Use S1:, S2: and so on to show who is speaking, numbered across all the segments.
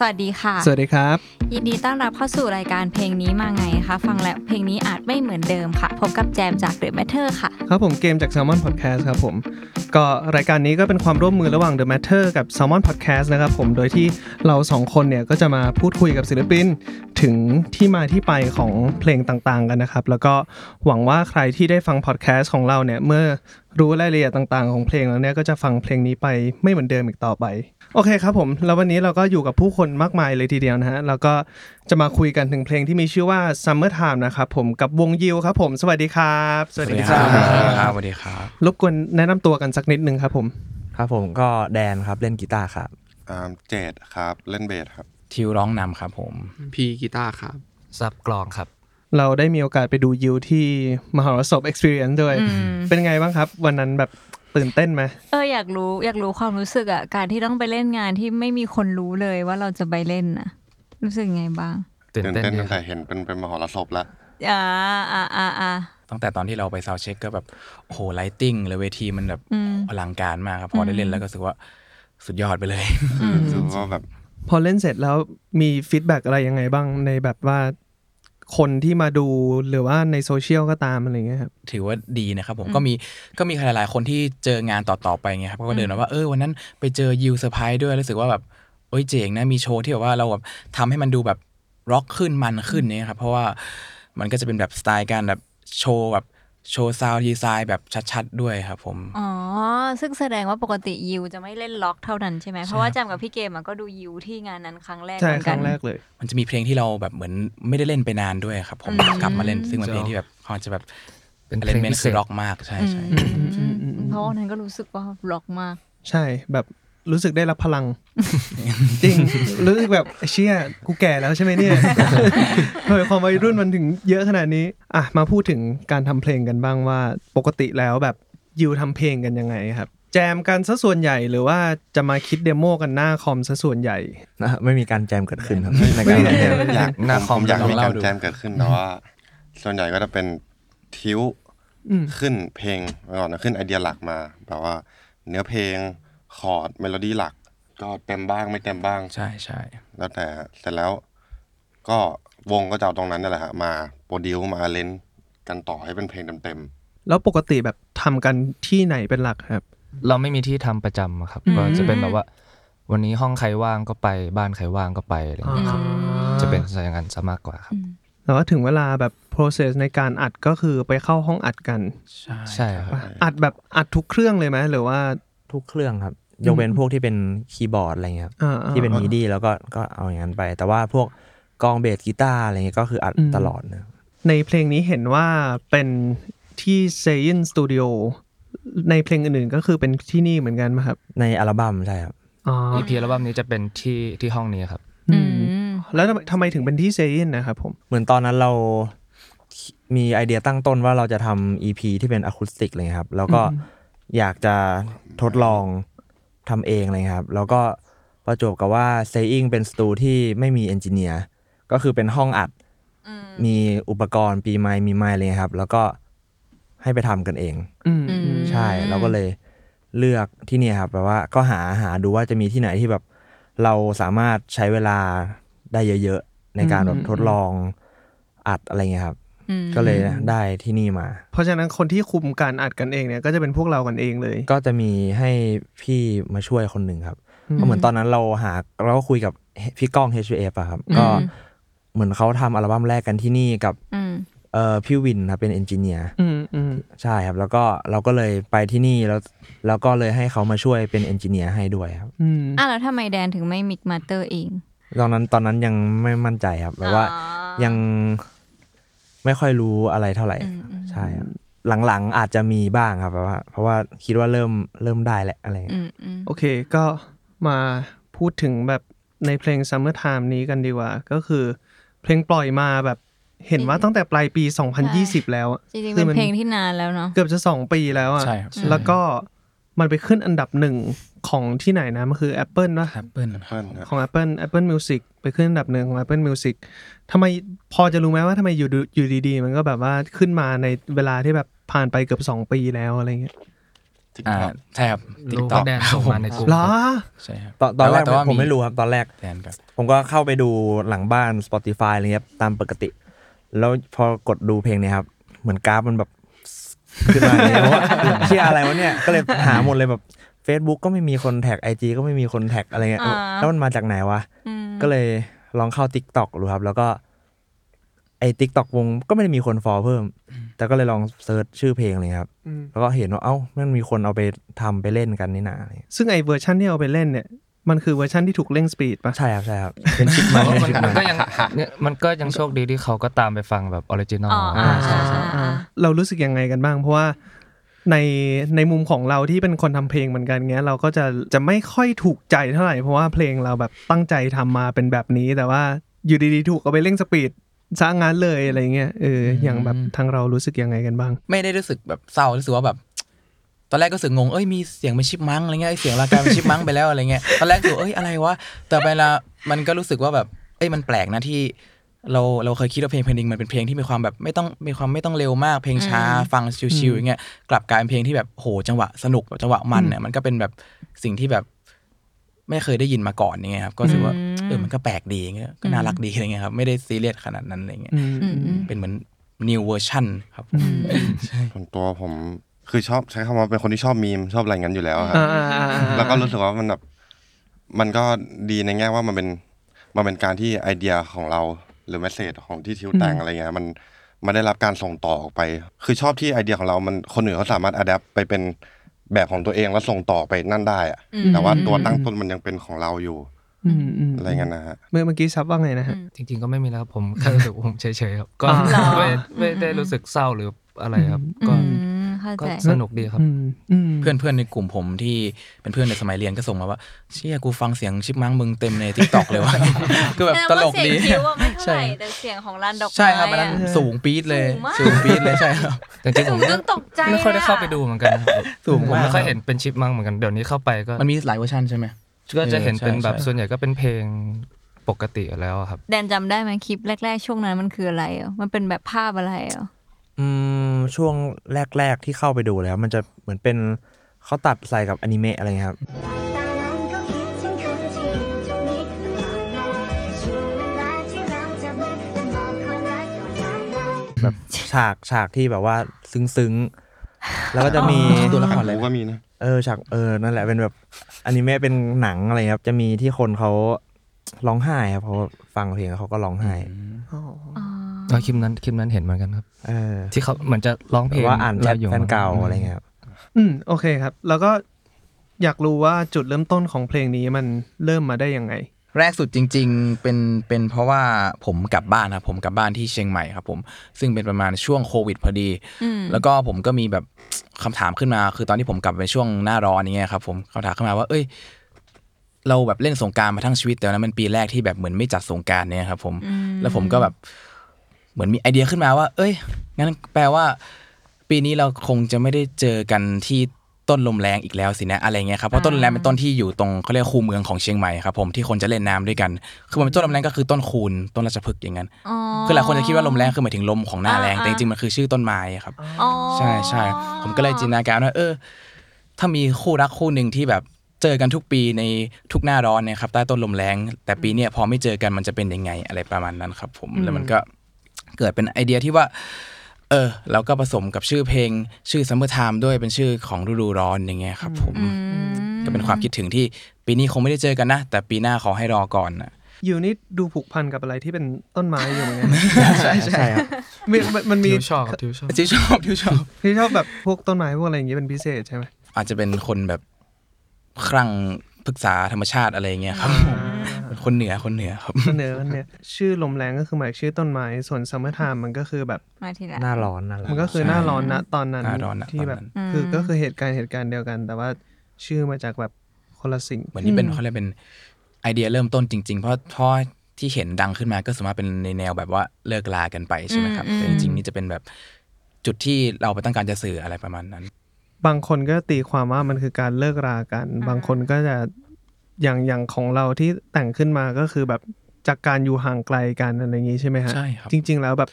S1: สวัสดีค่ะ
S2: สวัสดีครับ
S1: ยินดีต้อนรับเข้าสู่รายการเพลงนี้มาไงนะคะ ฟังแล้วเพลงนี้อาจไม่เหมือนเดิมค่ะ พบกับแจมจาก The Matter ค่ะ
S2: ครับผมเกมจาก Salmon Podcast ครับผม ก็รายการนี้ก็เป็นความร่วมมือระหว่าง The Matter กับ Salmon Podcast นะครับผม โดยที่เราสองคนเนี่ยก็จะมาพูดคุยกับศิลปิน ถึงที่มาที่ไปของเพลงต่างๆกันนะครับ แล้วก็หวังว่าใครที่ได้ฟัง podcast ของเราเนี่ย เมื่อรู้รายละเอียดต่างๆของเพลงแล้วเนี่ยก็จะฟังเพลงนี้ไปไม่เหมือนเดิมอีกต่อไป โอเคครับผม แล้ววันนี้เราก็อยู่กับผู้คนมากมายเลยทีเดียวนะฮะ แล้วก็จะมาคุยกันถึงเพลงที่มีชื่อว่า Summer Time นะครับผม กับวงยิวครับผม สวัสดีครับ สวัสดีครั
S3: สวัสดี
S2: บ
S3: ครับสวัสดีครับ
S2: รบกวนแนะนำตัวกันสักนิดนึงครับผม
S4: ครับผมก็แดนครับเล่นกีตาร์ครับ
S5: อ่าเจดครับ เล่นเบสครับ
S3: ทิวร้องนำครับผม
S6: พีกีตาร์ครับ
S4: ซับกลองครับ
S2: เราได้มีโอกาสไปดูยิวที่มหรสพ Experience ด้วย
S1: อืม
S2: เป็นไงบ้างครับ วันนั้นแบบตื่นเต้นไหม
S1: เอออยากรู้อยากรู้ความรู้สึกอะการที่ต้องไปเล่นงานที่ไม่มีคนรู้เลยว่าเราจะไปเล่นนะรู้สึกไงบ้าง
S4: ตื่น
S5: ตื่น
S4: เต้น
S5: เต้น
S4: ดี
S5: ตั้งแต่เห็นเป็นเป็นมหรสพแล้ว
S1: อ่าอ่าอ่าอ่า
S3: ตั้งแต่ตอนที่เราไปซาวเช็คก็แบบโอ้โหไลติ้งเลยเวทีมันแบบ
S1: อืม
S3: อลังการมากครับพอได้เล่นแล้วก็รู้สึกว่าสุดยอดไปเลย
S1: อืม
S5: คือว่าแบบ
S2: พอเล่นเสร็จแล้วมีฟีดแบ็กอะไรยังไงบ้างในแบบว่าคนที่มาดูหรือว่าในโซเชียลก็ตามอะไรเงี้ยครับ
S3: ถือว่าดีนะครับผมก็มีก็มีใครหลายๆ คนที่เจองานต่อๆไปเงี้ยครับเขาก็เดินมาว่าเออวันนั้นไปเจอยิวเซอร์ไพรส์ด้วยรู้สึกว่าแบบโอ้ยเจ๋งนะมีโชว์ที่แบบว่าเราแบบทำให้มันดูแบบร็อกขึ้นมันขึ้นเนี่ยครับเพราะว่ามันก็จะเป็นแบบสไตล์การแบบโชว์แบบโชว์ซาวดีไซน์แบบชัดๆด้วยครับผม
S1: อ๋อ ซึ่งแสดงว่าปกติยิวจะไม่เล่นล็อกเท่านั้นใช่ไหม เพราะว่าจำกับพี่เกมอะก็ดูยิวที่งานนั้นครั้งแรก
S2: ใช่
S1: เหมือน
S2: ค
S1: กั
S2: รั้
S1: น
S2: งแรกเลย
S3: มันจะมีเพลงที่เราแบบเหมือนไม่ได้เล่นไปนานด้วยครับ ผม
S1: อืม
S3: กลับมาเล่นซึ่งมันเป็นเพลงที่แบบเขาจะแบบ
S4: เป็นเพ
S3: เล่
S4: ล
S3: น
S4: ง
S3: เมน
S4: พิเศ
S3: คือ
S4: ษ
S3: ร็อกมากใช่ใช่
S1: อืมเพราะวันนั้นก็รู้สึกว่าล็อกมาก
S2: ใช่แบบรู้สึกได้รับ พลัง จริง รู้สึกแบบเชี่ยกูแก่แล้วใช่ไหมเนี่ย ทำไมความวัยรุ่นมันถึงเยอะขนาดนี้ อ่ะ มาพูดถึงการทำเพลงกันบ้างว่า ปกติแล้วแบบยูทำเพลงกันยังไงครับ แจมกันซะส่วนใหญ่หรือว่าจะมาคิดเดโมกันหน้าคอมซะส่วนใหญ่
S4: นะฮะไม่มีการแจมเกิดขึ้นครับใน
S2: ไม่
S4: การ
S2: มีการแจ ม
S5: อยาก
S4: หน้า
S5: ผ
S4: คอม
S5: อยาก
S4: เรา
S5: มี
S4: เล่า
S5: การ
S4: ดู
S5: แจมเกิดขึ้นแต่ว่า ส่วนใหญ่ก็จะเป็นทิวขึ้นเพลงไปก่อนนะขึ้นไอเดียหลักมาแบบว่า เนื้อเพลงคอร์ดเมโลดี้หลัก ก็เต็มบ้างไม่เต็มบ้าง
S3: ใช่ใช่
S5: แล้วแต่เสร็จแล้วก็วงก็จะเอาตรงนั้นนี่นแหละฮะมาโปรดิวมาเล่นกันต่อให้เป็นเพลงเต็ม
S2: แล้วปกติแบบทำกันที่ไหนเป็นหลักครับ
S7: เราไม่มีที่ทำประจำอะครับ
S1: อืม
S7: ก็จะเป็นแบบว่า วันนี้ห้องใครว่างก็ไปบ้านใครว่างก็ไปอะไรอย่างเงี้ยครับจะเป็นอย่างนั้นซะมากกว่าครับ
S2: แต่ว่าถึงเวลาแบบ process ในการอัดก็คือไปเข้าห้องอัดกัน
S3: ใช่
S7: ใช่ครับ
S2: อัดแบบอัดทุกเครื่องเลยไหมหรือว่า
S4: ทุกเครื่องครับ ยกเว้นพวกที่เป็นคีย์บอร์ดอะไรเงี้ยครับ
S2: อ่าอ่า
S4: ที่เป็น
S2: อ่า
S4: มิดีแล้วก็ก็เอาอย่างนั้นไป แต่ว่าพวกกลองเบสกีตาร์อะไรเงี้ยก็คืออัด
S2: อืม
S4: ตลอดนะครับ
S2: ในเพลงนี้เห็นว่าเป็นที่ Sayin Studio ในเพลงอื่นๆก็คือเป็นที่นี่เหมือนกันไหมครับ
S4: ในอัลบั้มใช่ครับ
S2: อ๋อ
S7: EP อัลบั้มนี้จะเป็นที่ที่ห้องนี้ครับ
S1: อืม
S2: แล้วทำไมทำไมถึงเป็นที่ Sayin นะครับผม
S4: เหมือนตอนนั้นเรามีไอเดียตั้งต้นว่าเราจะทำ EP ที่เป็นอะคูสติกอะไรเลยครับ แล้วก็อยากจะทดลองทำเองเลยครับ แล้วก็ประจวบกับว่า Saying เป็นสตูที่ไม่มีเอนจิเนียร์ก็คือเป็นห้องอัด มีอุปกรณ์ปีไม้มีไม้เลยครับ แล้วก็ให้ไปทำกันเอง
S2: อืม
S4: ใช่เราก็เลยเลือกที่เนี่ยครับแบบว่าก็หาหาดูว่าจะมีที่ไหนที่แบบ เราสามารถใช้เวลาได้เยอะๆ ในการแบบทดลองอัดอะไรเงี้ยครับ
S1: อืม
S4: ก็เลยได้ที่นี่มา
S2: เพราะฉะนั้นคนที่คุมการอัดกันเองเนี่ยก็จะเป็นพวกเรากันเองเลย
S4: ก็จะมีให้พี่มาช่วยคนหนึ่งครับเพราะเหมือนตอนนั้นเราหาเราก็คุยกับพี่ก้อง h f อะครับ ก็เหมือนเขาทำอัลบั้มแรกกันที่นี่กับ
S1: อืม
S4: เอ่อพี่วินครับเป็นเอนจิเนียร์
S2: อืมอืม
S4: ใช่ครับ แล้วก็เราก็เลยไปที่นี่แล้วแล้วก็เลยให้เขามาช่วยเป็นเอนจิเนียร์ให้ด้วยครับ
S2: อืม
S1: อ่ะแล้วทำไมแดนถึงไม่มิกมาสเตอร์เอง
S4: ตอนนั้นตอนนั้นยังไม่มั่นใจครับแบบว่า
S1: อ๋อ
S4: ยังไม่ค่อยรู้อะไรเท่าไหร่ใช่ครับหลังๆอาจจะมีบ้างครับแบบว่า เพราะว่าคิดว่าเริ่มเริ่มได้แหละอะไรเงี้ย
S1: อืมอืม
S2: โอเค ก็มาพูดถึงแบบในเพลง Summer Time นี้กันดีกว่า ก็คือเพลงปล่อยมาแบบเห็นว่าตั้งแต่ปลายปี 2020 แล้วอะ
S1: จริงๆ
S2: คื
S1: เป็
S2: อน มัน
S1: เพลงที่นานแล้วเนาะ
S2: เกือบจะ 2 ปีแล้วอ่ะ
S3: ใช่ครับ
S2: แล้วก็ มันไปขึ้นอันดับหนึ่งของที่ไหนนะมันคือ Apple นะ
S3: แอปเปิล
S5: เพื่อนนะ
S2: ของ Apple Apple Music ไปขึ้นอันดับหนึ่งของ Apple Music ทำไมพอจะรู้ไหมว่าทำไมอยู่ดูอยู่ดีๆ มันก็แบบว่าขึ้นมาในเวลาที่แบบผ่านไปเกือบ 2 ปีแล้วอะไรเงี้ย
S7: อ่า
S5: TikTok
S3: ใช่ครับ
S7: ลูก
S3: TikTok
S7: แดนส่งมาในกลุ่ม
S2: เหรอ
S3: ใช่ครับ
S4: ตอนตอนแรก
S3: ต่ว่า
S4: ผมไม่รู้ครับตอนแรก
S3: แดนแบบ
S4: ผมก็เข้าไปดูหลังบ้าน Spotify อะไรเงี้ยตามปกติ แล้วพอกดดูเพลงเนี่ยครับ เหมือนกราฟมันแบบ ขึ้นมาเลยว่าเชื่ออะไรวะเนี่ย ก็เลยหาหมดเลยแบบ Facebook ก็ไม่มีคนแท็ก IG ก็ไม่มีคนแท็กอะไรเงี้ย
S1: อ่า
S4: แล้วมันมาจากไหนวะ
S1: อืม
S4: ก็เลยลองเข้า TikTok ดูครับ แล้วก็ ไอ้ TikTok วงก็ไม่ได้มีคนฟอลเพิ่ม แต่ก็เลยลองเซิร์ชชื่อเพลงเลยครับ
S2: อืม
S4: แล้วก็เห็นว่าเอ้ามันมีคนเอาไปทำไปเล่นกันนี่นาอะไรเงี้ย
S2: ซึ่งไอเวอร์ชันที่เอาไปเล่นเนี่ย มันคือเวอร์ชันที่ถูกเร่งสปีดปะ
S4: ใช่ครับใช่ครับเป็นชิปมันเป็นชิป
S7: มั
S4: มัน น
S7: ก็ยังเนี่ยมันก็ยังโชคดีที่เขาก็ตามไปฟังแบบออริจินอล
S1: อ๋ออ่า
S4: ใช่ใช่
S1: อ่า
S2: เรารู้สึกยังไงกันบ้าง เพราะว่าในในมุมของเราที่เป็นคนทำเพลงเหมือนกันเงี้ยเราก็จะจะไม่ค่อยถูกใจเท่าไหร่ เพราะว่าเพลงเราแบบตั้งใจทำมาเป็นแบบนี้ แต่ว่าอยู่ดีๆ ถูกเอาไปเร่งสปีดซะงานเลยอะไรเงี้ยเอออย่างแบบทางเรารู้สึกยังไงกันบ้าง
S3: ไม่ได้รู้สึกแบบเศร้ารู้สึกว่าแบบ ตอนแรกก็รู้สึกงง เอ้ยมีเสียงเป็นชิปมังค์อะไรเงี้ยเอ้ยเสียงรากายเป็นชิปมังค์ไปแล้วอะไรเงี้ยตอนแรกรู้สึกเอ้ยอะไรวะแต่เวลามันก็รู้สึกว่าแบบเอ้ยมันแปลกนะที่ เราเราเคยคิดว่าเพลงเพลงหนึงมันเป็นเพลงที่มีความแบบไม่ต้องมีความไม่ต้องเร็วมากเพลงช้าฟังชิวๆอย่างเงี้ยกลับกลายเป็นเพลงที่แบบโหจังหวะสนุกแบบจังหวะมันเนี่ยมันก็เป็นแบบสิ่งที่แบบ ไม่เคยได้ยินมาก่อนอย่างเงี้ยครับก็รู้สึกว่า
S1: อืม
S3: เออมันก็แปลกดีอย่างเงี้ยก็น่ารักดีอะไรเงี้ยครับไม่ได้ซีเรียสขนาดนั้นอะไรเงี้ย
S1: อืมอืม
S3: เป็นเหมือน new version ครับผม
S5: ส่วนตัวผมคือชอบใช้คำว่าเป็นคนที่ชอบมีมชอบอะไรงั้นอยู่แล้วอะครับ
S2: อ่าอ่าอ่าอ่า
S5: แล้วก็รู้สึกว่ามันแบบมันก็ดีในแง่ว่ามันเป็นมันเป็นการที่ไอเดียของเราหรือเมสเซจของที่ทิวแต่งอะไรเงี้ยมันมันได้รับการส่งต่อออกไป คือชอบที่ไอเดียของเรามันคนอื่นเขาสามารถอัดแอปไปเป็นแบบของตัวเองแล้วส่งต่อไปนั่นได้อะแต่ว่าตัวตั้งต้นมันยังเป็นของเราอยู่
S2: อืมอืม
S5: อะไรเงี้ยนะฮะ
S2: เมื่อเมื่อกี้ซับว่าไงนะฮะ
S7: จริงๆก็ไม่มีแล้วครับผมแค่รู้สึกว่าผมเฉยๆครับ ก็
S2: อ๋อเหรอ
S7: ไม่ไม่ได้รู้สึกเศร้าหรืออะไรครับ ก็
S1: อืมเข้า
S7: ก็
S1: ใจ
S7: สนุกดีครับ
S2: อืมอืม
S3: เพื่อนเพื่อนในกลุ่มผมที่เป็นเพื่อนในสมัยเรียนก็ส่งมาว่า เชี่ยกูฟังเสียงชิปมังมึงเต็มในทิกตอกเลย ว่ะ ก็แบบตลกดี
S1: เสียงคิ้วอะไม่เท่าไหร่
S3: ใช่
S1: แต่เสียงของร้านดอกไม้
S3: ใช่ครับมันนั้น
S1: อะ
S3: สูงปี๊ดเลย
S1: สูงมาก
S3: สูงปี๊ดเลยใช่ครับ
S7: แต่จริงๆ
S1: ห
S7: ผ
S1: นู
S7: ม
S1: ยังตกใจ
S7: ไม่ค่อย
S1: ล
S7: ได้
S1: อะ
S7: เข้าไปดูเหมือนกันนะครับ
S3: สูงมาก
S7: ผมไม่ค่อยเห็นเป็นชิปมังเหมือนกันเดี๋ยวนี้เข้าไปก็
S3: มันมีหลายเวอร์ชันใช่ไหม
S7: ก็จะเห็น
S3: เออใช่
S7: เป็นแบบ
S3: ใช่
S7: ส่วนใหญ่ก็เป็นเพลงปกติอยู่แล้วอะครับ
S1: แดนจำได้ไหมคลิปแรก ๆ ช่วงนั้นมันคืออะไรอ่ะมันเป็นแบบภาพอะไรอ่ะ
S4: อืมช่วงแรก ๆ ที่เข้าไปดูแล้ว มันจะเหมือนเป็นเขาตัดใส่กับอนิเมะอะไรเงี้ยครับ
S6: ตอนนั้นก็คิดถึงคนที่อยู่ตรงนี้ตลอดมาช่วงเวลาที่เราจะมือและมองคนรักต่อกันมา
S4: แบบฉากฉากที่แบบว่าซึ้งๆ แล้วก็จะมี
S3: ตัวละคร
S5: ผมก็มีนะ
S4: เออฉากเออนั่นแหละเป็นแบบอนิเมะเป็นหนังอะไรครับ จะมีที่คนเขาร้องไห้ครับเพราะฟังเพลงแล้วเขาก็ร้องไห้
S7: อ๋อคลิปนั้นคลิปนั้นเห็นเหมือนกันครับ
S4: เออ
S7: ที่เขาเหมือนจะร้องเพ
S4: แบ
S7: ลง
S4: บว่าอ่านแชท
S7: รยู่
S4: แฟนเก่า
S7: มั้ง
S4: อะไรเงี้ยครับ
S2: อืมโอเคครับ แล้วก็อยากรู้ว่าจุดเริ่มต้นของเพลงนี้มันเริ่มมาได้ยังไง
S3: แรกสุดจริง ๆ เป็นเป็นเพราะว่าผมกลับบ้านครับผมกลับบ้านที่เชียงใหม่ครับผมซึ่งเป็นประมาณช่วงโควิดพอดี แล้วก็ผมก็มีแบบ คำถามขึ้นมา คือตอนที่ผมกลับไปช่วงหน้าร้อนอย่างเงี้ยครับผมคำถามขึ้นมาว่า เอ้ย เราแบบเล่นสงกรารมาทั้งชีวิต แต่ว่านั้นมันปีแรกที่แบบเหมือนไม่จัดสงกรารเนี่ยครับผม แล้วผมก็แบบเหมือนมีไอเดียขึ้นมาว่า เอ้ยงั้นแปลว่า ปีนี้เราคงจะไม่ได้เจอกันที่ต้นลมแรงอีกแล้วสินะอะไรเงี้ยครับเพราะต้นลมแรงเป็นต้นที่อยู่ตรงเขาเรียกคูเมืองของเชียงใหม่ครับผมที่คนจะเล่นน้ำด้วยกัน คือมันเป็นต้นลมแรงก็คือต้นคูนต้นราชพฤกษ์อย่างนั้นคือหลายคนจะคิดว่าลมแรงคือหมายถึงลมของหน้าแรงแต่จริงๆมันคือชื่อต้นไม้ครับ
S1: อ๋อ
S3: ใช่ใช่ผมก็เลยจินตนาการว่าเออ ถ้ามีคู่รักคู่หนึ่งที่แบบเจอกันทุกปีในทุกหน้าร้อนเนะครับใต้ต้นลมแรงแต่ปีเนี้ยพอไม่เจอกันมันจะเป็นยังไงอะไรประมาณนั้นครับ ผมแล้วมันก็เกิดเป็นไอเดียที่ว่า เออ เราก็ผสมกับชื่อเพลง ชื่อ Summer Time ด้วยเป็นชื่อของฤดูร้อนอย่างเงี้ยครับ ผม
S1: อืม
S3: ก็เป็นความคิดถึงที่ปีนี้คงไม่ได้เจอกันนะแต่ปีหน้าขอให้รอก่อนนะ
S2: อยู่นี่ดูผูกพันกับอะไรที่เป็นต้นไม้อยู่เหมือน กัน
S4: ใช่ใช่ครับ
S2: มีมันมันมี
S7: ทิวชอบครับทิวชอบ
S3: ที่ชอบที่ชอบ
S2: ที่ชอบแบบพวกต้นไม้พวกอะไรอย่างงี้เป็นพิเศษใช่ไหม
S3: อาจจะเป็นคนแบบคลั่งศึกษาธรรมชาติอะไรอย่างเงี้ยครับผมเป็นคนเหนือคนเหนือครับ
S2: เสนอกันเนี่ยชื่อลมแรงก็คือหมายชื่อต้นไม้ส่วนซัมเมอร์ไทม์มันก็คือแบบ
S1: มาทีหละ
S4: หน้าร้อนนั่นแหละ
S2: มันก็คือหน้าร้อนนะตอนนั้น
S3: หน้าร้อนณ
S2: ที่แบบ
S3: ตอนนั้น
S2: คืออ
S1: ม
S2: ก็คือเหตุการณ์เหตุการณ์เดียวกัน แต่ว่าชื่อมาจากแบบคนละสิ่ง
S3: เหมือนนี่เป็นเขาเรียกเป็นไอเดียเริ่มต้นจริง ๆ เพราะเพราะที่เห็นดังขึ้นมาก็สามารถเป็นในแนวแบบว่าเลิกลากันไปใช่ไหมครับ
S1: อืม
S3: แต่จริงๆนี่จะเป็นแบบจุดที่เราไปต้องการจะสื่ออะไรประมาณนั้น
S2: บางคนก็ตีความว่ามันคือการเลิกรากัน บางคนก็จะอย่างอย่างของเราที่แต่งขึ้นมาก็คือแบบจากการอยู่ห่างไกลกันอะไรอย่างนี้ใช่ไหมฮะ
S3: ใช่ครับ
S2: จริง ๆ แล้วแบบ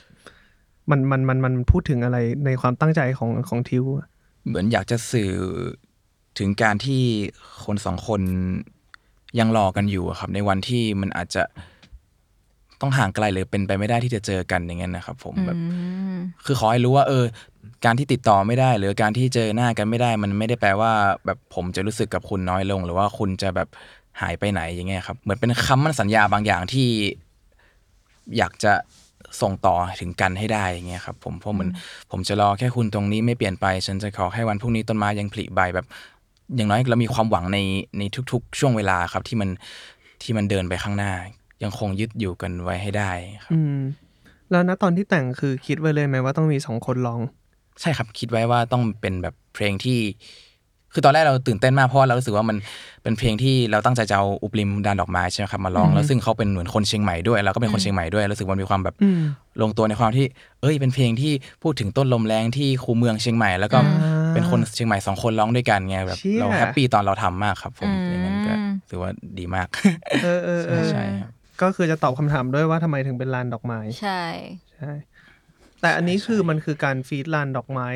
S2: มันมันมันมันพูดถึงอะไรในความตั้งใจของของทิวอะ
S3: เหมือนอยากจะสื่อถึงการที่คนสองคนยังรอกันอยู่อะครับ ในวันที่มันอาจจะต้องห่างไกลหรือเป็นไปไม่ได้ที่จะเจอกันอย่างเงี้ยนะครับ ผมแบบ
S1: อืม
S3: คือขอให้รู้ว่าเออ การที่ติดต่อไม่ได้ หรือการที่เจอหน้ากันไม่ได้ มันไม่ได้แปลว่า แบบผมจะรู้สึกกับคุณน้อยลง หรือว่าคุณจะแบบหายไปไหนอย่างเงี้ยครับ เหมือนเป็นคำมันสัญญาบางอย่างที่ อยากจะส่งต่อถึงกันให้ได้อย่างเงี้ยครับ ผมเพราะเหมือนผมจะรอแค่คุณตรงนี้ไม่เปลี่ยนไป ฉันจะขอแค่วันพรุ่งนี้ต้นไม้ยังผลิใบแบบ อย่างน้อยเรามีความหวังในในทุก ๆ ช่วงเวลาครับ ที่มันที่มันเดินไปข้างหน้า ยังคงยึดอยู่กันไว้ให้ได้ครับ
S2: อืม แล้วนะตอนที่แต่งคือคิดไว้เลยไหมว่าต้องมีสองคนลอง
S3: ใช่ครับ คิดไว้ว่าต้องเป็นแบบเพลงที่ คือตอนแรกเราตื่นเต้นมากเพราะว่าเรารู้สึกว่ามันเป็นเพลงที่เราตั้งใจจะเอาอุปริมดานดอกไม้ใช่ไหมครับมาร้องแล้วซึ่งเขาเป็นเหมือนคนเชียงใหม่ด้วยเราก็เป็นคนเชียงใหม่ด้วยรู้สึกมันมีความแบบ
S2: อืม
S3: ลงตัวในความที่ เอ้ยเป็นเพลงที่พูดถึงต้นลมแรงที่คูเมืองเชียงใหม่แล้วก็
S2: อ่า
S3: เป็นคนเชียงใหม่สองคนร้องด้วยกันไงแบบ
S2: เชี่ย
S3: เราแฮปปี้ตอนเราทำมากครับผม
S1: อืม
S3: อย่างนั้นก็ถือว่าดีมาก
S2: เออเออเออ
S3: ใช่ครับ
S2: ก็คือจะตอบคำถามด้วยว่าทำไมถึงเป็นลานดอกไม้
S1: ใช่
S2: ใช่ แต่อันนี้คือมันคือการฟีดลานดอกไม้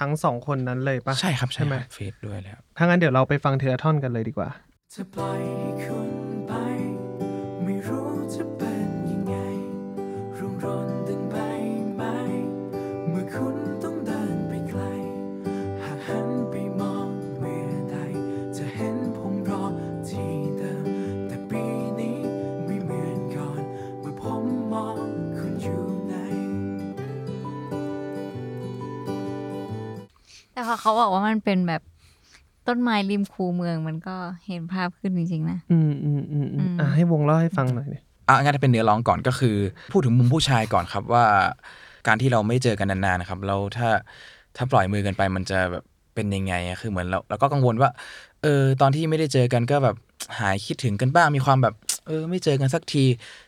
S2: ทั้งสองคนนั้นเลยปะ
S3: ใช่ครับ
S2: ใช่ไหม
S3: เฟซด้วยแล้ว
S2: ถ้างั้นเดี๋ยวเราไปฟังเทเลท่อนกันเลยดีกว่า
S8: จะปล่อยให้คุณไป ไม่รู้จะเป็นยังไงรุงรนดึงใบไม้เมื่อคุณต้องเดินไปไกล หากหันไปมองเมื่อใด จะเห็นผมรอที่เดิม แต่ปีนี้ไม่เหมือนก่อน เมื่อผมมองคุณอยู่ใน
S1: แต่พอเขาบอกว่ามันเป็นแบบต้นไม้ริมคูเมืองมันก็เห็นภาพขึ้นจริงๆนะ
S2: อืมอืมอืมอืมอ่ะให้วงเล่าให้ฟังหน่อยดิ
S3: อ่ะงั้นถ้าเป็นเนื้อร้องก่อนก็คือ พูดถึงมุมผู้ชายก่อนครับว่า การที่เราไม่เจอกันนานๆนะครับแล้วถ้าถ้าปล่อยมือกันไปมันจะแบบเป็นยังไงอะคือเหมือนเราเราก็กังวลว่าเออตอนที่ไม่ได้เจอกันก็แบบหายคิดถึงกันบ้างมีความแบบ เออ ไม่เจอกันสักที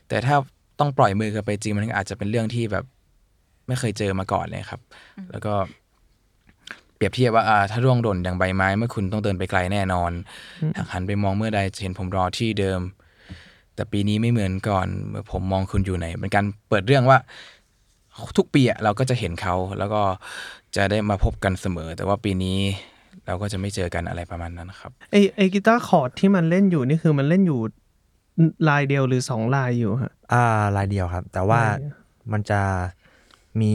S3: แต่ถ้าต้องปล่อยมือกันไปจริงมันอาจจะเป็นเรื่องที่แบบ ไม่เคยเจอมาก่อนเลยครับ แล้วก็ เปรียบเทียบว่าอ่าถ้าร่วงหล่นดังใบไม้เมื่อคุณต้องเดินไปไกลแน่นอนหากหันไปมองเมื่อใดจะเห็นผมรอที่เดิม แต่ปีนี้ไม่เหมือนก่อนเมื่อผมมองคุณอยู่ไหนเป็นการเปิดเรื่องว่า ทุกปีอะเราก็จะเห็นเขา แล้วก็จะได้มาพบกันเสมอ แต่ว่าปีนี้เราก็จะไม่เจอกันอะไรประมาณนั้นครับ
S2: ไอไอกีตาร์คอร์ดที่มันเล่นอยู่นี่คือมันเล่นอยู่ลายเดียวหรือสองลายอยู่ฮะ
S4: อ่าลายเดียวครับ แต่ว่า
S2: ลายเดียว
S4: มันจะมี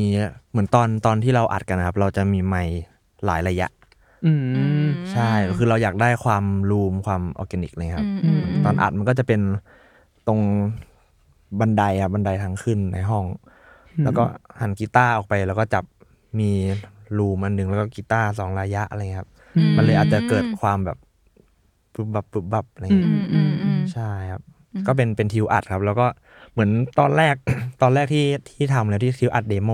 S4: เหมือนตอนตอนที่เราอัดกันนะครับ เราจะมีไมค์หลายระยะ
S2: อืม
S4: ใช่คือเราอยากได้ความรูมความออร์แกนิกเลยครับ
S1: อืม
S4: ตอนอัดมันก็จะเป็นตรงบันไดครับบันไดทางขึ้นในห้อง แล้วก็หันกีตาร์ออกไป แล้วก็จับมีรูมอันหนึ่งแล้วก็กีตาร์สองระยะอะไรเงี้ยครับ มันเลยอาจจะเกิดความแบบปุบบับปุบบับอะไรเงี้ย
S1: อืมอืมอืม
S4: ใช่ครับ ก็เป็นเป็นทิวอัดครับ แล้วก็เหมือนตอนแรก ตอนแรกที่ที่ทำแล้วที่ทิวอัดเดโม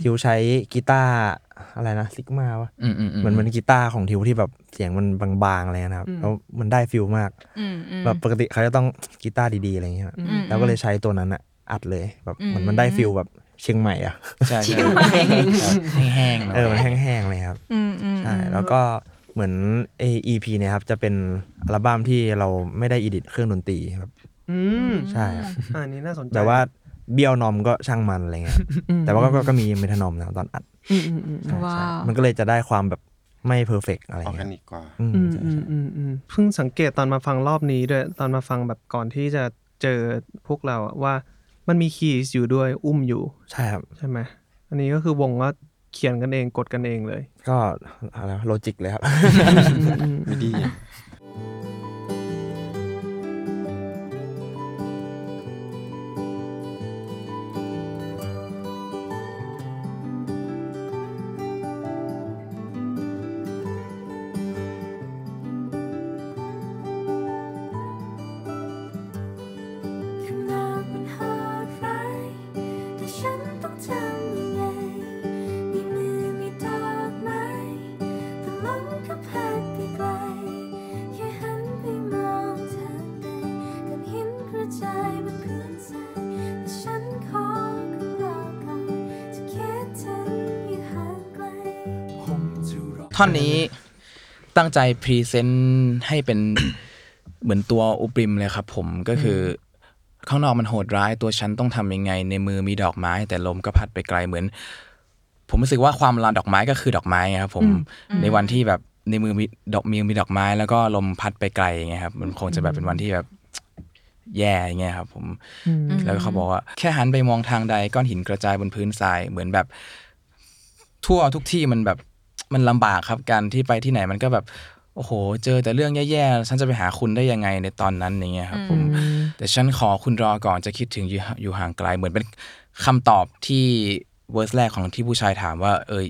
S4: ทิวใช้กีตาร์อะไรนะซิกมาวะ
S3: อืมอืมอืม
S4: เหมือนเหมันกีตาร์ของทิวที่แบบเสียงมันบางๆอะไรนะครับแล้วมันได้ฟิลมาก
S1: อืมอืม
S4: แบบปกติเขาจะต้องกีตาร์ดีๆอะไรอย่างเงี้ย
S1: อืม
S4: แล้วก็เลยใช้ตัวนั้นอะอัดเลยแบบเหมือนมันได้ฟิลแบบเชียงใหม่อะ
S3: ใช่ใช่ครับแห้งๆหน่อย
S4: เออมันแห้งๆเลยครับ
S1: อืมอืม
S4: ใช่แล้วก็เหมือน AEP เนี่ยครับจะเป็นอัลบั้มที่เราไม่ได้อีดิทเครื่องดนตรีครับ
S2: อืม
S4: ใช่ครับ
S2: อันนี้น่าสนใจ
S4: แต่ว่าเบี้ยวนอมก็ช่างมันอะไรเงี้ย แต่ว่าก็ก็ก็มีเมทานอมนะครับตอนอัด
S2: อืมอืมอืม
S4: ใช่
S1: ว้า
S4: ใช่
S1: ว
S4: มันก็เลยจะได้ความแบบไม่เพอร์เฟกอะไร
S5: ออร์แก
S4: เงี้ย
S5: นิกกว่า
S4: อืม
S2: อืม
S4: ใช่
S2: อืมอืมอืมเพิ่งสังเกตตอนมาฟังรอบนี้ด้วย ตอนมาฟังแบบก่อนที่จะเจอพวกเราอะว่ามันมีคีย์อยู่ด้วยอุ้มอยู่
S4: ใช่ครับ
S2: ใช่ไหม อันนี้ก็คือวงก็เขียนกันเองกดกันเองเลย
S4: ก็อะไรโลจิกเลยครับ
S5: ไม่ดีอะ
S6: ข้างนอกมันโหดร้ายแต่ฉันต้องทำยังไง มีมือมีดอกไม้แต่ลมก็พัดไปไกล แค่หันไปมองทางใดกับหินกระจายบนพื้นทรายแต่ฉันขอคงรอก่อนจะคิดถึงอยู่ห่างไกล
S8: ผมจะรอ
S3: ท่อนนี้ตั้งใจพรีเซนต์ให้เป็น เหมือนตัวอุปริมเลยครับผมก็คืออข้างนอกมันโหดร้ายตัวฉันต้องทำยังไง ในมือมีดอกไม้ แต่ลมก็พัดไปไกลเหมือน ผมรู้สึกว่าความลานดอกไม้ก็คือดอกไม้ไงครับผมในวันที่แบบในมือมีดอกมีมีดอกไม้ แล้วก็ลมพัดไปไกลอย่างเงี้ยครับมันคงจะแบบเป็นวันที่แบบ แย่อย่างเงี้ยครับ ผม แล้วเขาบอกว่าแค่หันไปมองทางใดก้อนหินกระจายบนพื้นทรายเหมือนแบบ ทั่วทุกที่มันแบบมันลำบากครับการที่ไปที่ไหนมันก็แบบ โอ้โห เจอแต่เรื่องแย่ๆ ฉันจะไปหาคุณได้ยังไงในตอนนั้นอย่างเงี้ยครับผมแต่ฉันขอคุณรอก่อนจะคิดถึงอยู่อยู่ห่างไกลเหมือนเป็นคำตอบที่เวอร์สแรกของที่ผู้ชายถามว่า เอย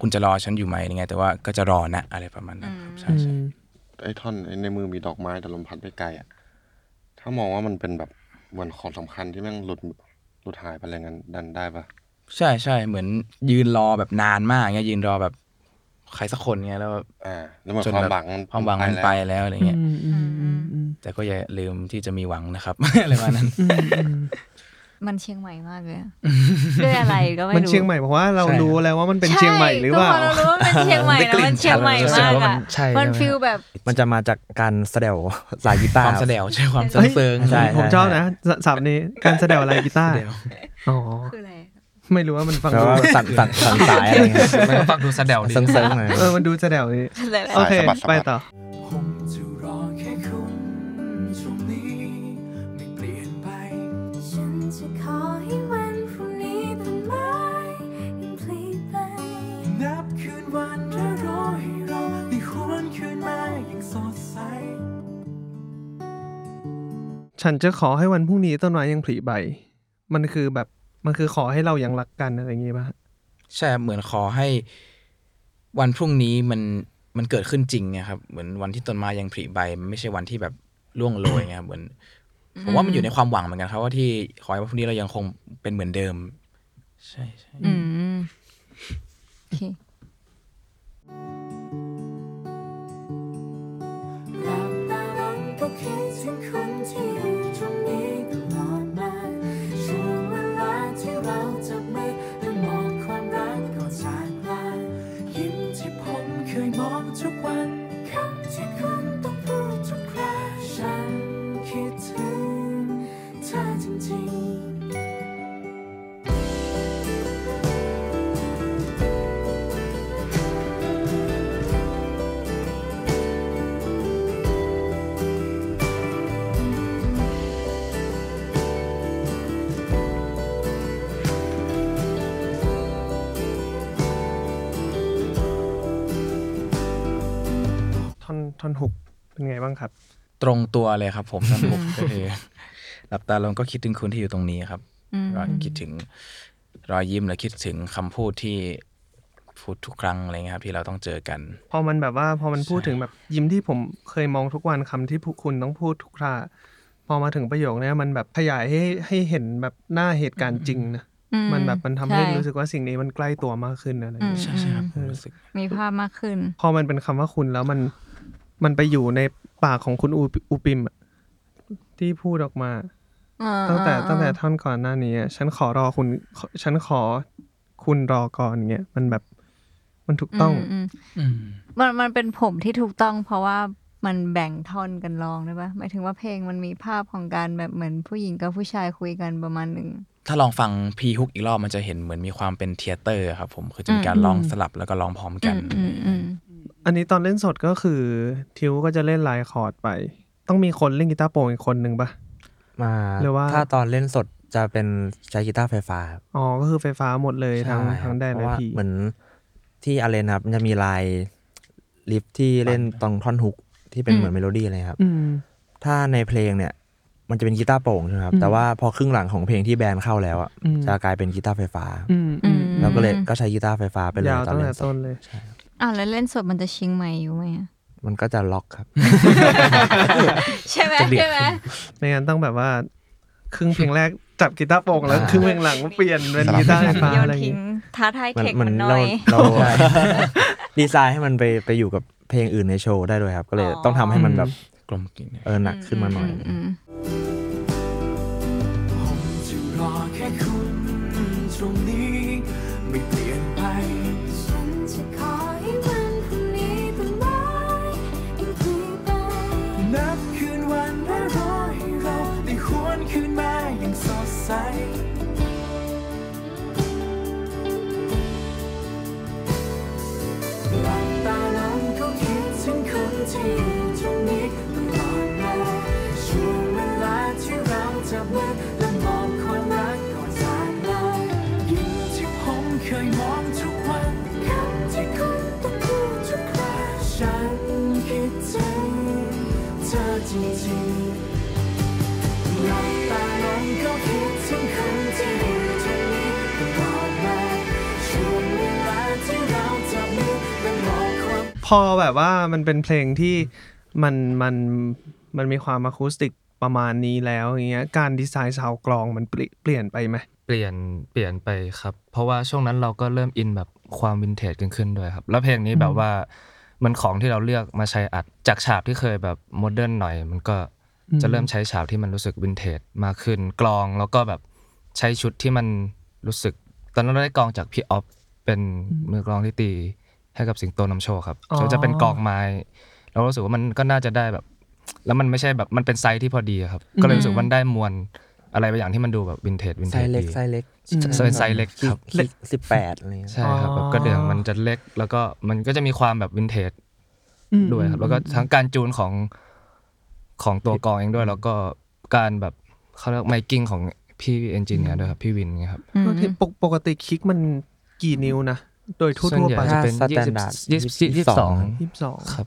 S3: คุณจะรอฉันอยู่ไหมยังไง แต่ว่าก็จะรอนะ อะไรประมาณนั้นครับใช่ใช่
S5: ไอ้ท่อนไอ้ในมือมีดอกไม้แต่ลมพัดไปไกลอ่ะ ถ้ามองว่ามันเป็นแบบเหมือนของสำคัญที่แม่งหลุดหลุดหายไปอะไรงั้นดันได้ปะ
S3: ใช่ใช่เหมือนยืนรอแบบนานมากเงี้ยยืนรอแบบใครสักคนเงี้ยแล้วแบบ
S5: อ่า แล้วเหมือน
S3: จน
S5: ความ
S3: แบบ
S5: หวัง
S3: ความหวังมันไปแล้วอะไรเงี้ยแต่ก็อย่าลืมที่จะมีหวังนะครับ อะไรประมาณ นั้น
S1: มันเชียงใหม่มากเลยอะด้วยอะไรก็ไม่รู้
S2: มันเชียงใหม่เพราะว่าเรา
S3: ใช่
S2: รู้แล้วว่ามันเป็นเชียงใหม่หรือเปล่า
S1: ใช่ก็พอเรารู้ว่ามันเชียงใหม่นะมันเชียงใหม่มากอะ
S7: ใช่ใช่ไหม
S1: มันฟิลแบบ
S4: มันจะมาจากการแสดว สายกี
S3: ค
S4: ตาร์
S3: วามเสดวใช่ความเส
S2: เฮ้ย
S3: ริงๆ
S4: ใช่
S2: ผมชอบนะสสับนี้การแสดงอะไรกีตาร์
S3: แสดว
S2: อ๋อ
S1: คืออะไร
S2: ไม่รู้ว่ามันฟัง
S4: แปล
S2: ดู
S4: ว่าสั่น สั่นสั่นสายอะไรเงี้ย
S7: มันก็ฟังดูสะเดวดี
S4: เซิงๆหน่อย
S2: เออมันดูแสดงดี
S1: อะไรนะ
S2: โอเคไปต่อ
S8: คงจะรอแค่คุณช่วงนี้ ไม่เปลี่ยนไป
S6: ฉันจะขอให้วันพรุ่งนี้ต้นไม้ยังพลีไป
S8: นับคืนวันและรอให้เราได้หวนคืนมาอย่างสดใส
S2: ฉันจะขอให้วันพรุ่งนี้ต้นไม้ยังผลิใบ มันคือแบบมันคือขอให้เรายังรักกันอะไรอย่างงี้ป่ะ
S3: ใช่เหมือนขอให้วันพรุ่งนี้มันมันเกิดขึ้นจริงนะครับ เหมือนวันที่ต้นไม้ยังผลิใบมันไม่ใช่วันที่แบบร่วงโรยไงครับเหมือนผมว่ามันอยู่ในความหวังเหมือนกันครับว่าที่ขอให้วันพรุ่งนี้เรายังคงเป็นเหมือนเดิม ใช่ใช่
S1: อืมโอเค
S6: หลับตาลงก็คิดถึงคนที่อยู่ตรงนี้ตลอดมาช่วงเวลาที่เราจับมือและมองความรักก็จากลา
S8: ยิ้มที่ผมเคยมองทุกวัน
S6: คำที่คุณต้องพูดทุกคราฉันคิดถึงเธอจริงๆ
S2: ท่อนท่อนหกเป็นไงบ้างครับ
S3: ตรงตัวเลยครับผมส รุปก็คือหลับตาลงก็คิดถึงคุณที่อยู่ตรงนี้ครับ
S1: อืม
S3: ก็คิดถึงรอยยิ้มและคิดถึงคำพูดที่พูดทุกครั้งอะไรเงี้ยครับที่เราต้องเจอกัน
S2: พอมันแบบว่าพอมันพูดถึงแบบยิ้มที่ผมเคยมองทุกวันคำที่ผู้คุณต้องพูดทุกคราพอมาถึงประโยคเนี้ยมันแบบขยายให้ให้เห็นแบบหน้าเหตุการณ์จริงนะ
S1: อื
S2: มันแบบมันทำให้
S1: ช่
S2: รู้สึกว่าสิ่งนี้มันใกล้ตัวมากขึ้นอะไรอย่างเงี้ย
S3: ใช่ใช่ครับผมรู้สึก
S1: มีภาพมากขึ้น
S2: พอมันเป็นคำว่าคุณแล้วมันมันไปอยู่ในปากของคุณอูอูปิมอะที่พูดออกมา ตั้งแต่ตั้งแต่ท่อนก่อนหน้านี้อะฉันขอรอคุณขอฉันขอคุณรอก่อนเงี้ยมันแบบมันถูกต้อง
S1: มมมันมันเป็นผมที่ถูกต้องเพราะว่ามันแบ่งท่อนกันร้องได้ปะหมายถึงว่าเพลงมันมีภาพของการแบบเหมือนผู้หญิงกับผู้ชายคุยกันประมาณหนึ่ง
S3: ถ้าลองฟังพีฮุกอีกรอบมันจะเห็นเหมือนมีความเป็นเทยเตอร์ครับผมคือจะมีการร้องสลับแล้วก็ร้องพร้อมกัน
S1: อืมอืม
S2: อันนี้ตอนเล่นสดก็คือทิวก็จะเล่นลายคอร์ดไป ต้องมีคนเล่นกีตาร์โปร่งอีกคนหนึ่งปะ
S4: มา
S2: หรือว่า
S4: ถ้าตอนเล่นสดจะเป็นใช้กีตาร์ไฟฟ้าครับ
S2: อ๋อ ก็คือไฟฟ้าหมดเลยทั้ง
S4: ใช่ครับ
S2: ทั้งแดน
S4: เพ
S2: และ
S4: ราะว่า
S2: พี
S4: เหมือนที่อาเลนครับมันจะมีลายลิฟที่เล่นตรงท่อนฮุกที่เป็นเหมือนเมโลดี้เลยครับ
S2: อืม
S4: ถ้าในเพลงเนี่ยมันจะเป็นกีตาร์โปร่งใช่ไหมครับ
S2: อืม
S4: แต่ว่าพอครึ่งหลังของเพลงที่แบนเข้าแล้วอะ
S2: อืม
S4: จะกลายเป็นกีตาร์ไฟฟ้า
S2: อืมอืม
S4: เราก็เลยก็ใช้กีตาร์ไฟฟ้าไปเลย
S2: ยาว
S4: ตอ
S2: ตั้ง
S4: นเล่
S2: แต่
S4: นส
S2: ต้น
S4: ด
S2: เลย
S1: อ้าวแล้วเล่นสดมันจะชิงไหมอยู่ไหมอะ
S4: มันก็จะล็อกครับ
S1: ใช่ไหมใช่ไหม
S2: ไม่งั้นต้องแบบว่า ครึ่งเพลงแรกจับกีตาร์โปร่ง แล้วครึ่งเพลงหลังเปลี่ยนเป็นกีตาร์ไฟฟ้า
S1: โย
S2: อะ
S1: น
S2: ไรอย่าง
S1: ทิ้
S2: งี้
S1: งท้าทายเทค
S4: มั
S1: มันหน่
S4: เรา
S1: อย
S4: เรา ดีไซน์ให้มันไปไปอยู่กับเพลงอื่นในโชว์ได้ด้วยครับ ก็เลย
S1: อ๋อ
S4: ต้องทำให้มันแบบ
S3: กลมกลิน
S4: เออหนักขึ้นมาหน่อย
S1: อืม
S8: ผมจะรอแค่คุณตรงนี้ ไม่เปลี่ยนไป
S6: ฉันจะขอให้วันพรุ่ง
S8: คืนมาอย่างสดใส หลับตาลงก็คิดถึงคนที่อยู่ตรงนี้ตลอดมาช่วงเวลาที่เราจับมือและมองความรักก่อนจากลายิ้มที่ผมเคยมองทุกวันคำที่คุณต้องพูดทุกคราฉันคิดถึงเธอจริงๆ หลับตาลงก็คิดถึงคนที่อยู่ตรงนี้ตลอดมาช่วงเวลาที่เราจับมือและมองความ
S2: พอแบบว่ามันเป็นเพลงที่มันมันมันมีความอะคูสติกประมาณนี้แล้วอย่างเงี้ยการดีไซน์ซาวด์กลองมันเปลี่ยนเปลี่ยนไปไหม
S7: เปลี่ยนเปลี่ยนไปครับ เพราะว่าช่วงนั้นเราก็เริ่มอินแบบความวินเทจกันขึ้นด้วยครับ แล้วเพลงนี้แบบว่ามันของที่เราเลือกมาใช้อัดจากฉาบที่เคยแบบโมเดิร์นหน่อย มันก็จะเริ่มใช้ฉาบที่มันรู้สึกวินเทจมากขึ้นกลองแล้วก็แบบใช้ชุดที่มันรู้สึก ตอนนั้นเราได้กลองจากพี่ออฟเป็นมือกลองที่ตีให้กับสิงโตนำโชคครับ
S2: อ๋อ
S7: ซึ่งจะเป็นกลองไม้เรารู้สึกว่ามันก็น่าจะได้แบบ แล้วมันไม่ใช่แบบมันเป็นไซส์ที่พอดีครับ ก็เลยรู้สึกว่ามันได้มวลอะไรบางอย่างที่มันดูแบบวินเทจวิน
S4: ไซ
S7: เทจ
S4: ส์เล็ก
S7: ดี
S4: ไซส์เล็ก
S7: เป็นไซส์เล็กครับ
S4: สิบแปดอะไรเงี้ย
S7: ใช่ครับแบบกระเดื่องมันจะเล็ก แล้วก็มันก็จะมีความแบบวินเทจด้วยครับ แล้วก็ทั้งการจูนของของตัวกลองเองด้วย แล้วก็การแบบเขาเรียกไมกิ้งของพี่เอนจิเนียร์ด้วยครับ พี่วินเงี้ยครับ
S2: ก็ที่ปกปกติคิกมันกี่นิ้วนะ โดยทั่ว
S7: ส่วน
S2: ทั่ว
S7: ใหญ่
S2: ไป
S7: จะเป็น
S4: สแตนดาร์ด
S7: ยี่สิบยี่สิบสอง
S2: ยี่สิบสอง
S7: ครับ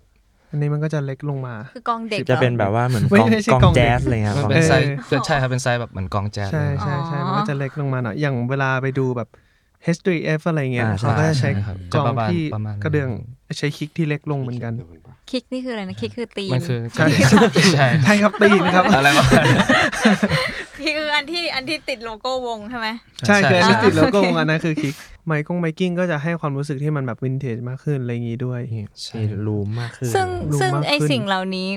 S2: อันนี้มันก็จะเล็กลงมา
S1: คือกองเด็กหรอ
S4: จะเป็นแบบว่าเหมือน
S2: ไม่
S4: กอง
S2: ไม่ใช่
S4: กอง
S2: กอง
S4: แจ๊ส
S2: เด็ก
S4: อะไรเลยครับ
S7: มัน
S4: กอง
S7: เป็น
S4: แจ๊ส
S7: ไซส์ใช่ครับเป็นไซส์แบบเหมือนกลองแจ๊ส
S2: ใช่
S7: เลยครับ
S2: ใช่ใช่
S1: อ๋อ
S2: มันก็จะเล็กลงมาหน่อยอย่างเวลาไปดูแบบ H3F อะไรเงี้ย
S7: อ่าใช่
S2: เขาก็จะใช้
S7: ใช่ครับ
S2: กลอ
S7: จะป
S2: ง
S7: ระมาณ
S2: ที่
S7: ประมาณนั้น
S2: กระเดื่องใช้คิกที่เล็กลงเหมือนกัน
S1: คิกนี่คืออะไรนะคิกคือตีน
S7: มันคือ
S2: ใช่
S7: ใช่
S2: ใช่ครับตีนครับ
S7: อะไรวะ
S1: คิกคืออันที่อันที่ติดโลโก้วงใช่ไหม
S2: ใช่
S7: ใช่
S2: คืออันนั้น
S1: ใช่
S2: ติดโลโก้อันนั้นคือคิกไมค์กงไมกิ้งก็จะให้ความรู้สึกที่มันแบบวินเทจมากขึ้นอะไรอย่างงี้ด้วย
S4: มีรูมมากขึ้น
S1: ซึ่ง
S2: รู้
S1: ซึ่ง
S2: มาก
S1: ไอ
S2: ขึ้น
S1: สิ่งเหล่านี้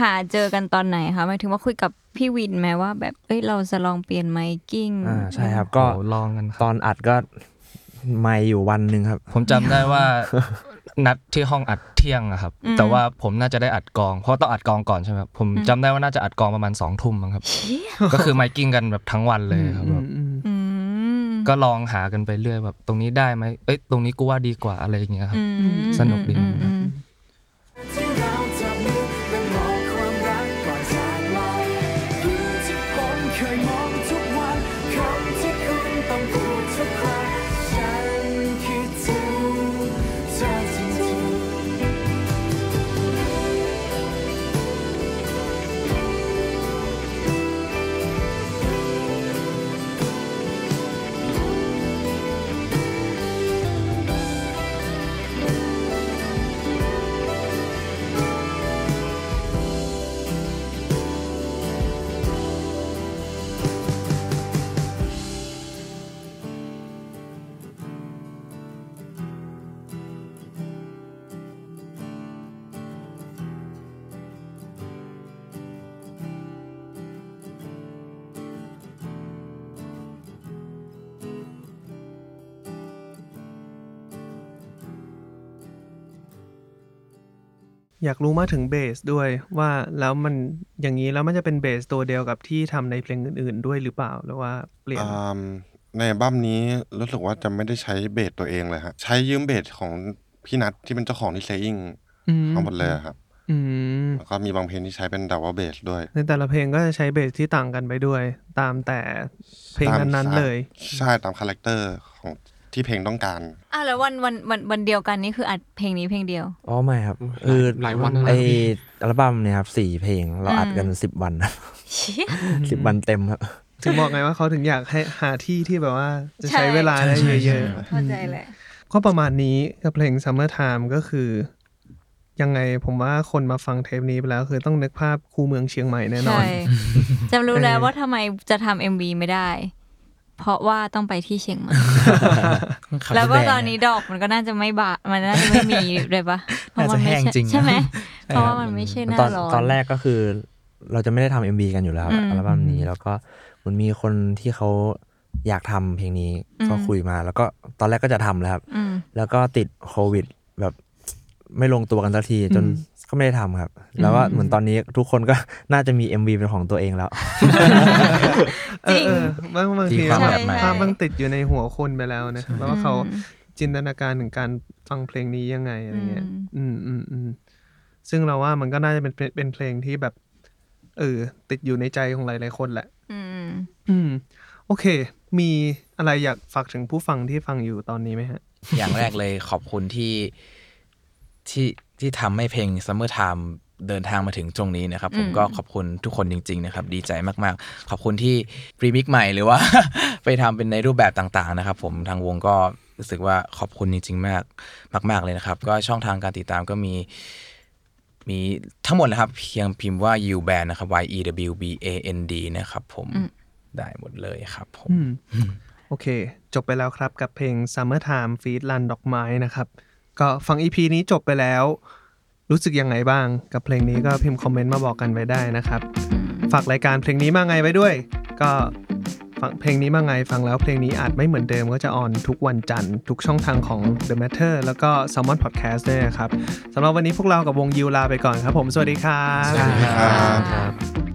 S1: หาเจอกันตอนไหนคะหมายถึงว่าคุยกับพี่วินไหมว่าแบบเอ้ยเราจะลองเปลี่ยนไมกิ้ง
S4: อ่าใช่ครับก็
S7: โอ้ลองกันครับ
S4: ตอนอัดก็ไม่อยู่วันหนึ่งครับ
S7: ผมจำได้ว่า นัดที่ห้องอัดเที่ยงอะครับ
S1: อืม
S7: แต่ว่าผมน่าจะได้อัดกอง เพราะต้องอัดกองก่อนใช่ไหมครับผมจำได้ว่าน่าจะอัดกองประมาณสองทุ่มมั้งครับ ก็คือไมกิ้งกันแบบทั้งวันเลยครับแบบ
S2: อืม
S1: อืม
S7: ก็ลองหากันไปเรื่อยแบบ ตรงนี้ได้ไหมเอ้ยตรงนี้กูว่าดีกว่าอะไรอย่างเงี้ยครับ
S1: อืม
S7: สนุกดี
S1: อืมอืม
S8: ที่เราจับมือและมองความรักก่อนจากลายิ้มที่ผมเคยมองทุกวันคำที่คุณต้องพูดทุกครั้งฉันคิดถึงเธอจริงๆ
S2: อยากรู้มากถึงเบสด้วยว่าแล้วมันอย่างนี้แล้วมันจะเป็นเบสตัวเดียวกับที่ทำในเพลงอื่น ๆ ด้วยหรือเปล่าหรือว่าเปลี่ยน
S5: อ่าในอัลบั้มนี้รู้สึกว่าจะไม่ได้ใช้เบสตัวเองเลยฮะ ใช้ยืมเบสของพี่นัทที่เป็นเจ้าของที่เซอิง
S2: อืม
S5: ทั้งหมดเลยครับ
S2: อืม
S5: แล้วก็มีบางเพลงที่ใช้เป็นดับเบิลเบสด้วย
S2: ในแต่ละเพลงก็จะใช้เบสที่ต่างกันไปด้วย ตามแต่เพลงนั้นๆเลย
S5: ใช่ตามคาแรคเตอร์ของที่เพลงต้องการ
S1: อ่ะแล้ววันวันวันวันเดียวกันนี่คืออัดเพลงนี้เพลงเดียว
S4: อ๋อไม่ครับคือ
S9: หลายวัน
S4: ไออัลบั้มเนี่ยครับสี่เพลงเราอัดกันสิบวันสิบวันเต็มครับ
S2: ถึงบอกไงว่าเขาถึงอยากให้หาที่ที่แบบว่าจะใช้
S1: ใช่
S2: เวลาได้เยอะ
S1: เข้าใจแหละ
S2: ๆ ก็ประมาณนี้กับเพลง Summer Time ก็คือ ยังไงผมว่าคนมาฟังเทปนี้ไปแล้ว คือต้องนึกภาพคูเมืองเชียงใหม่แน่นอ
S1: ใช่
S2: น
S1: จำรู้แล้วว่าทำไมจะทำเอ็มวีไม่ได้ เพราะว่าต้องไปที่เชียงใหม่
S3: ครับ
S1: แล้วก็ตอนนี้ดอกมันก็น่าจะไม่บะมันน่าจะไม่มีเลยปะเพราะมัไม่
S3: น่าจะแห้งจริงนะ
S1: ใช่ไหมเพราะว่ามันไม่ใช่หน้า
S4: ตอน
S1: ร้อน
S4: ตอนแรกก็คือเราจะไม่ได้ทำเอ็มบีกันอยู่แล้วครับ
S1: อืม
S4: อัลบั้มนี้แล้วก็เหมันมีคนที่เขาอยากทำเพลงนี้
S1: อืม
S4: ก็คุยมา แล้วก็ตอนแรกก็จะทำแล้วครับ
S1: อืม
S4: แล้วก็ติดโควิดแบบไม่ลงตัวกันสักทีจน ก็ไม่ได้ทำครับ แล้วก็เหมือนตอนนี้ทุกคนก็ น่าจะมี MV เป็นของตัวเองแล้ว
S2: เออเออบางบางที
S3: ตีความ
S2: ภาพ
S3: แบบใหม่
S2: ภาพมันติดอยู่ในหัวคนไปแล้วนะครับแล้วว่าเขาจินตนาการถึงการฟังเพลงนี้ยังไงอะไรเงี้ย อืมอืมอืมซึ่งเราว่ามันก็น่าจะเป็นเพลงเป็นเพลงที่แบบ เออ ติดอยู่ในใจของหลายๆคนแหละ
S1: อืม
S2: อืม โอเค มีอะไรอยากฝากถึงผู้ฟังที่ฟังอยู่ตอนนี้ไหมฮะ
S3: อย่างแรกเลย ขอบคุณที่ที่ที่ทำให้เพลง Summer Time เดินทางมาถึงตรงนี้นะครับ ผม
S1: อืม
S3: ก็ขอบคุณทุกคนจริง ๆ นะครับ ดีใจมากๆ ขอบคุณที่รีมิกใหม่หรือว่า ไปทำเป็นในรูปแบบต่างๆ นะครับ ผมทางวงก็รู้สึกว่าขอบคุณจริง ๆ มากมาก ๆเลยนะครับ ก็ช่องทางการติดตามก็มี มีทั้งหมดนะครับ เพียงพิมพ์ว่า U Band นะครับ Y E W B A N D นะครับ ผมได้หมดเลยครับผม
S2: อืม โอเค จบไปแล้วครับกับเพลง Summer Time f e e d ลันดอกไม้นะครับ ก็ฟัง EP นี้จบไปแล้ว รู้สึกยังไงบ้าง กับเพลงนี้ก็พิมพ์คอมเมนต์มาบอกกันไว้ได้นะครับ ฝากรายการเพลงนี้มาไงไว้ด้วย ก็ฟังเพลงนี้มาไงฟังแล้วเพลงนี้อาจไม่เหมือนเดิมก็จะออนทุกวันจันทร์ทุกช่องทางของ The Matter แล้วก็ Salmon Podcast ด้วยนะครับสำหรับวันนี้พวกเรากับวงยิวลาไปก่อนครับผมสวัสดีครับ
S5: ครับ
S7: ครับ